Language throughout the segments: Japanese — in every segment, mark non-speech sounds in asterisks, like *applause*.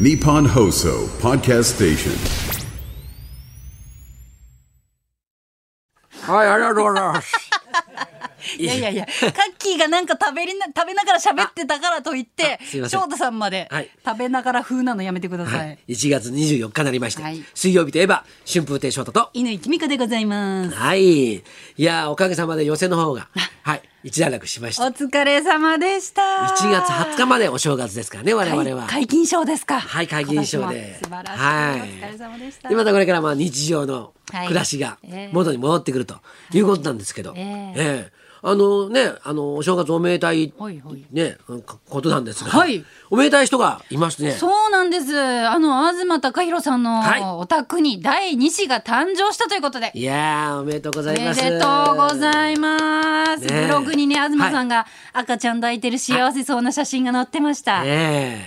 Nippon Hoso Podcast Station. はい、ありがとうございます。 *laughs* いやいやいや、カッキーがなんか食べりな、食べながら喋ってたからといってああすい、ません翔太さんまではい食べながら風なのやめてくださはいい。、1月24日になりまして、はい水曜日といえば春風亭昇太と犬きみかでございます。はいいやーおかげさまで予選の *laughs* 方がはい一段落しましおた1疲れ様でした。月20日までお正月ですからね我々は皆勤賞ですか。はい皆勤賞今年でも素晴らしい。はいお疲れ様でした。でまたこれからまあ日常のはい暮らしがええ元に戻ってくるということなんですけど、ええええあのねあのお正月おめでたいほいほいねかことなんですが、はいおめでたい人がいましてねそうなんです。あの、東貴弘さんはいのお宅に第2子が誕生したということで。いやーおめでとうごおざいめますでとうございます。ねえブログにね、東さんが赤ちゃん抱いてる幸せそうな写真が載ってました。ね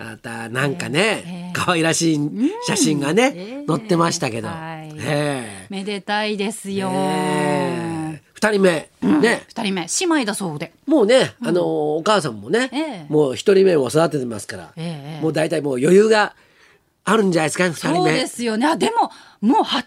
えまたなんかえねえ可愛らしい写真がねええ載ってましたけどはいええめでたいですよ。ええ二人目ね二人目、姉妹だそうで。もうねあのお母さんもえねえもう一人目を育ててますからええもう大体もう余裕があるんじゃないですか二人そう目ですよね。あ、でも、もう8年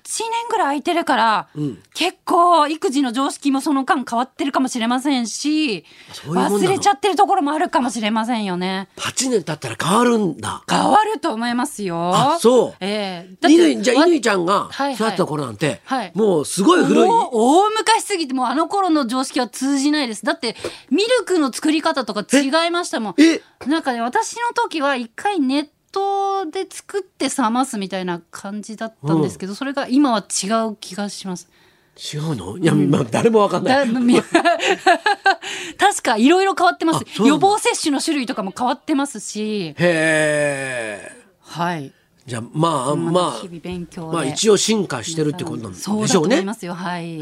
ぐらい空いてるから、結構、育児の常識もその間変わってるかもしれませんし、そういうもんなの忘れちゃってるところもあるかもしれませんよね。八年経ったら変わるんだ変わると思いますよ。あそうええ乾じゃあ乾ちちゃんがはいはい育てた頃なんてはいもうすごい古いもう大昔すぎてもうあの頃の常識は通じないですだってミルクの作り方とか違いましたもんえなんかね私の時は一回熱湯で作って冷ますみたいな感じだったんですけど、それが今は違う気がします。違うのいやまあ誰もわかんなだい *laughs* 確かいろいろ変わってますあそうなんだ予防接種の種類とかも変わってますしへえはいじゃあまあまあまあ日々勉強でまあ一応進化してるってことなんでしそうだとょう思いね。ますよはい、へえへ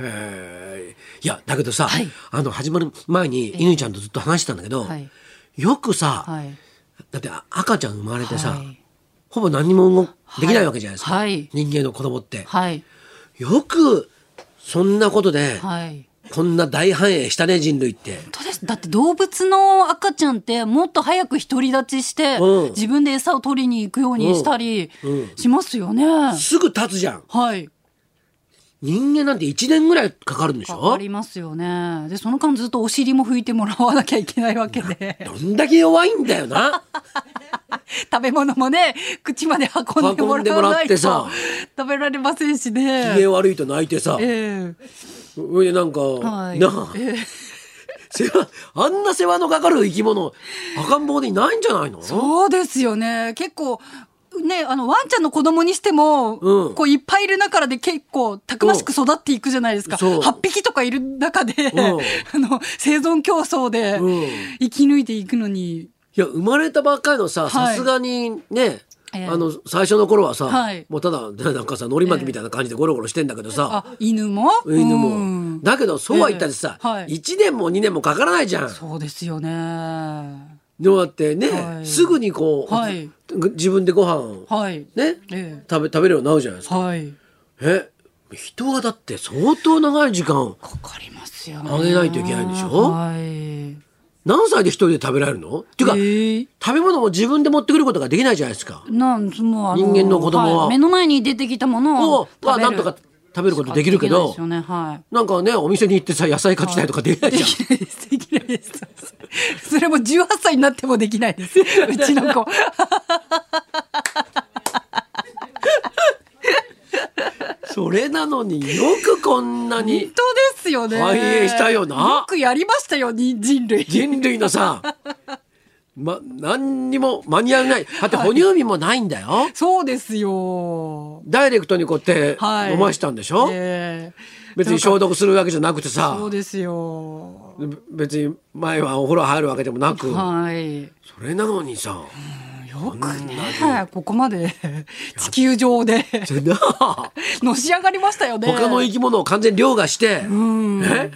えいやだけどさ、はいあの始まる前に乾ちゃんとずっと話してたんだけど、はいよくさ、はいだって赤ちゃん生まれてさ、はいほぼ何も動できないわけじゃないですか、はいはい人間の子供って。はいよくそんなことで、はいこんな大繁栄したね人類って。本当ですだって動物の赤ちゃんってもっと早く独り立ちして、うん自分で餌を取りに行くようにしたりしますよね、すぐ経つじゃんはい人間なんて1年ぐらいかかるんでしかかょりますよねでその間ずっとお尻も拭いてもらわなきゃいけないわけで *laughs* どんだけ弱いんだよな食べ物もね口まで運んでも運んでらもわらなっいてとさ食べられませんし機ね嫌悪いと泣いてさ、ええそれでなんか、はいなあ、世話あんな世話のかかる生き物赤ん坊でいないんじゃないのそうですよね結構ねあのワンちゃんの子供にしても、うんこういっぱいいる中で結構たくましく育っていくじゃないですか、そう8匹とかいる中で、ん *laughs* あの生存競争でうん生き抜いていくのに、いや生まれたばっかりのさいさすがにね、ええあの最初の頃はさ、はいもうただ *laughs* なんかさのり巻きみたいな感じでゴロゴロしてんだけどさ、あ犬も犬も、うんだけどそうは言ったってさ、ええはい1年も2年もかからないじゃんそうですよねでもだってね、はいすぐにこう、はい自分でご飯をはいね、ええ食べ食べるようになるじゃないですか、はいえ人はだって相当長い時間かかりますよねあげないといけないんでしょはい何歳で一人で食べられるのっていうか、えー食べ物も自分で持ってくることができないじゃないですか。なんもうあの人間の子供はい目の前に出てきたものをを、ま食あ、べるなんとか食べることできるけどでき、ないですよねはい *laughs* なんかね、お店に行ってさ、野菜買ってきたりとかできないでじゃん。きないです。できないです。それも18歳になってもできないです。うちの子。それなのによくこんな本に当ですよね。反映したよなよくやりましたよ、に人類。人類のさ、ま、何にも間に合わない。だって哺乳瓶もないんだよ。そうですよ。ダイレクトにこうやってはい。飲ましたんでしょ、ええ別に消毒するわけじゃなくてそさう、ですよ。別に前はお風呂入るわけでもなく、はい。それなのにさ、よくね、ここまで地球上でそれなあのし上がりましたよね。他の生き物を完全に凌駕して、え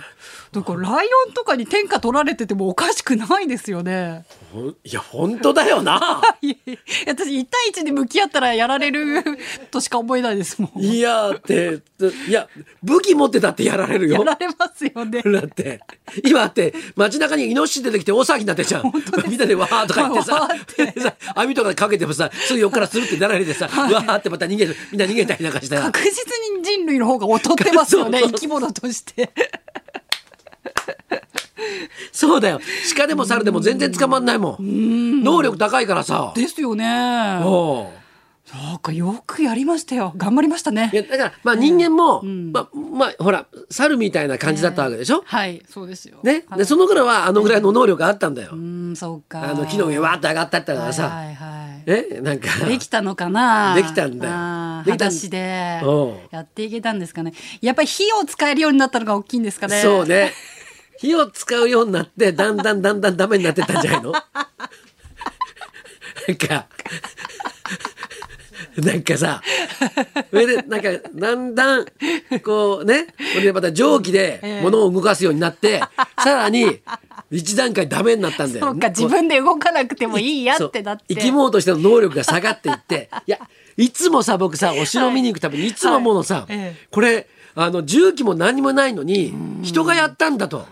だからライオンとかに天下取られててもおかしくないですよね。ほんいや本当だよ *laughs* ないやいや私1対1で向き合ったらやら *laughs* れるとしか思えないですもん。いやーっていや武器持ってたってやられるやよられますよね。だって今だって街中にイノシシ出てきて大騒ぎになってるじゃんみんなでわーとか言ってさわーってさ網とかかけてもさすぐ横からするってなられてさ、わーってまた逃げるみんな逃げたりなんかしたら確実に人類の方が劣ってますよ *laughs* ねそう生き物として。そうだよ鹿でも猿でも全然捕まんないもん能力高いからさですよね。なおうんかよくやりましたよ。頑張りましたねい。やだからまあ人間も、まあまあほら猿みたいな感じだったわけでしょ、はいそうですよ。ねはいでその頃はあのぐらいの能力があったんだよ、うんそうか。あの木の上わーって上がったったからさ、はいはいはい。えなんかできたのかなできたんだよあーできた裸ん足でうんやっていけたんですかねやっぱり火を使えるようになったのが大きいんですかねそうね。火を使うようになって、だんだんだんだんダメになってったんじゃないの *laughs* なんか、なんかさ、それで、なんか、だんだん、こうね、これでまた蒸気で物を動かすようになって、さらに、一段階ダメになったんだよ。 *laughs* そうか自分で動かなくてもいいやってだっそうて生き物としての能力が下がっていって *laughs* いやいつもさ僕さお城見に行くたびにいつもものさ、ええこれあの重機も何もないのに人がやったんだと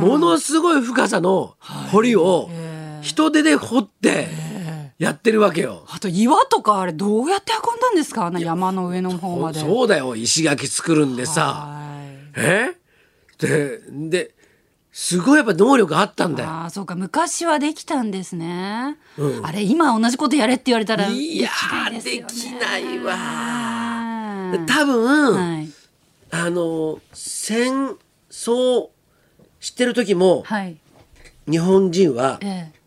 ものすごい深さの堀を人手で掘ってやってるわけよ。あと岩とかあれどうやって運んだんですかあの山の上の方までそうだよ石垣作るんでさはいえでですごいやっぱ能力あったんだよ。ああそうか昔はできたんですね、あれ今同じことやれって言われたらいやーできないですよねできないわうん多分、はいあの戦争してる時もはい日本人はええ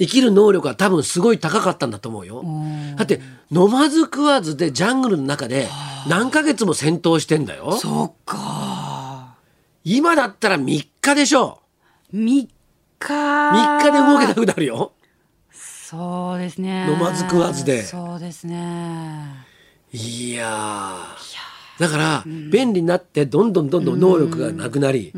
生きる能力は多分すごい高かったんだと思うよ。だって飲まず食わずでジャングルの中で何ヶ月も戦闘してんだよ。そうか今だったら3日でしょ。 3日3 3日で動けなくなるよ。そうですね。飲まず食わずでそうですね。いやー。だから、便利になってどんどんどんどん能力がなくなり、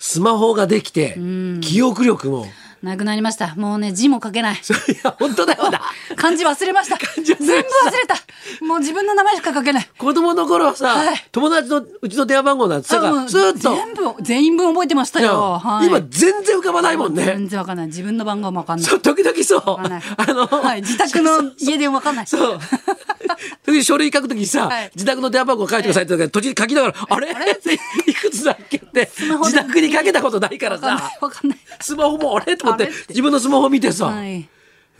スマホができて、記憶力も。 *laughs* なくなりました。もうね、字も書けない。いや、本当だよな。漢字忘 *laughs* れました。字忘れました全部忘れた。もう自分の名前しか書けない。子供の頃はさ、はい友達のうちの電話番号なんてさあもうずーっと全部、全員分覚えてましたよ。はい、今全然浮かばないもんね。全然わかんない。自分の番号もわかんないそ。う時々そうわかんない。 *laughs* あの、はい、自宅の家でわかんない。 *laughs* そう。時々書類書くときにさ、はい自宅の電話番号書いてくださいって言うから途中に書きながら、あれいくつだっけって、マホ自で宅にかけたことないからわかんなさい。、わかんない。スマホもあれと思ってあれって自分のスマホ見てさ、はい。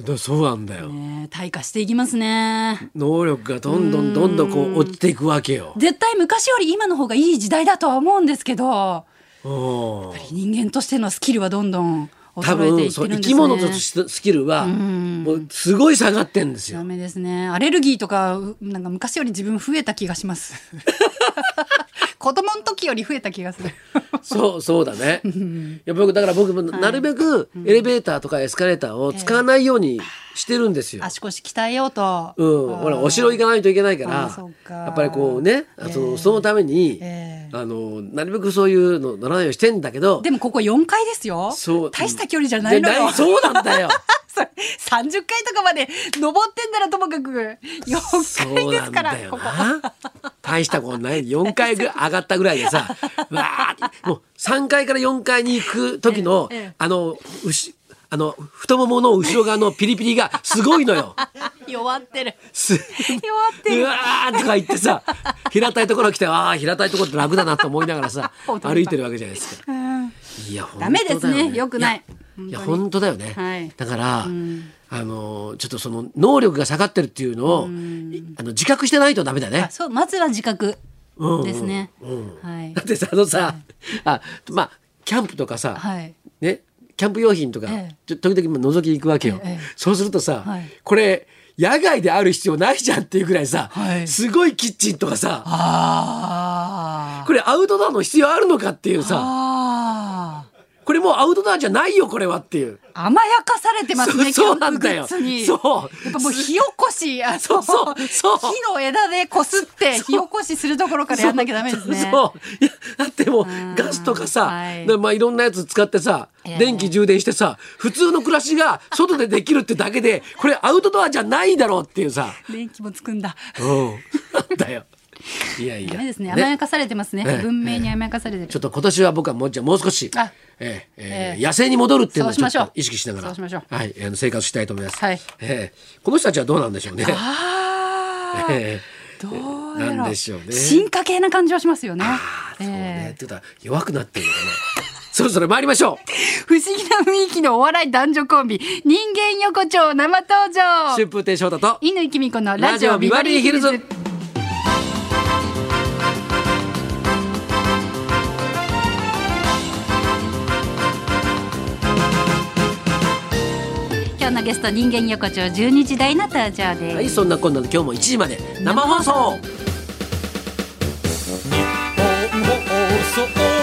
だそうなんだよ、ねえ退化していきますね。能力がどんどんどんどんこう落ちていくわけよ。絶対昔より今の方がいい時代だとは思うんですけど。うん人間としてのスキルはどんどん多衰えてい分っそてう生るんですね。き物としてスキルはもうすごい下がってんです *laughs* ダよ。メですね。アレルギーとかうなんか昔より自分増えた気が *laughs* します。子供の時より増えた気が *laughs* する。そうそうだね。いや僕だから僕もなるべくエレベーターとかエスカレーターを使わないようにしてるんですよ。足腰鍛えようと。うん、ほらお城行かないといけないかあーらそうかやっぱりこうねあとそのために、えあのなるべくそういうのならないようにしてんだけどでもここ4階ですよ。そう大した距離じゃないのでよ。そうなんだよ *laughs* それ30回とかまで登ってんならともかく4そ階うでなすんからだよここな大したことない4回ぐらい上がったぐらいで *laughs* さわーってもう3階から4階に行く時の、ええええあのうしあの太ももの後ろ側のピリピリがすごいの *laughs* よ。弱ってるす弱ってうるわーとか言ってさ平たいところ来てああ平たいところって楽だなと思いながらさ本当だ歩いてるわけじゃないですか。いや本当だよダメですね良くないいやいや本当だよね、はいだから、あのちょっとその能力が下がってるっていうのを、いあの自覚してないとダメだねあ。そうまずは自覚ですね、はいだってさあのさ、あまあキャンプとかさ、はいねキャンプ用品とか、ええちょ時々も覗きに行くわけよ、ええそうするとさ、はいこれ野外である必要ないじゃんっていうぐらいさ、はいすごいキッチンとかさああこれアウトドアの必要あるのかっていうさああここれもうアウトドアじゃないよこれはっていう甘やかされてますね、そうキャンプグッズに。そうなんだよそうやっぱもう火起こし、あのそうそうそう木の枝でこすってそう火起こしするところからやんなきゃダメですね。そうそういやだってもうガスとかさ、はいでまあ、いろんなやつ使ってさ、ええ電気充電してさ普通の暮らしが外でできるってだけでこれアウトドアじゃないだろうっていうさ、電気もつくんだ。うん、なん *laughs* だよいやいやダメですね。甘やかされてますね。ええ文明に甘やかされてちょる。っと今年は僕はもうじゃあもう少しあ、ええええ野生に戻るっていうのをちょっそうしましょとう意識しながらそうしましょうはい、あの生活したいと思います、はいええこの人たちはどうなんでしょうね。ああ、ええどうやなんらでしょうね進化系な感じはしますよね。そうねええってことは弱くなってるのかなそろそろ参りましょ不思議な雰囲気のお笑い男女コンビ、人間横丁生登う場。春風亭昇太と犬きみ子のラジオビバリーヒルズ。今日のゲスト人間横丁12時台の登場です。はいそんなこんなの今日も1時まで生放送放送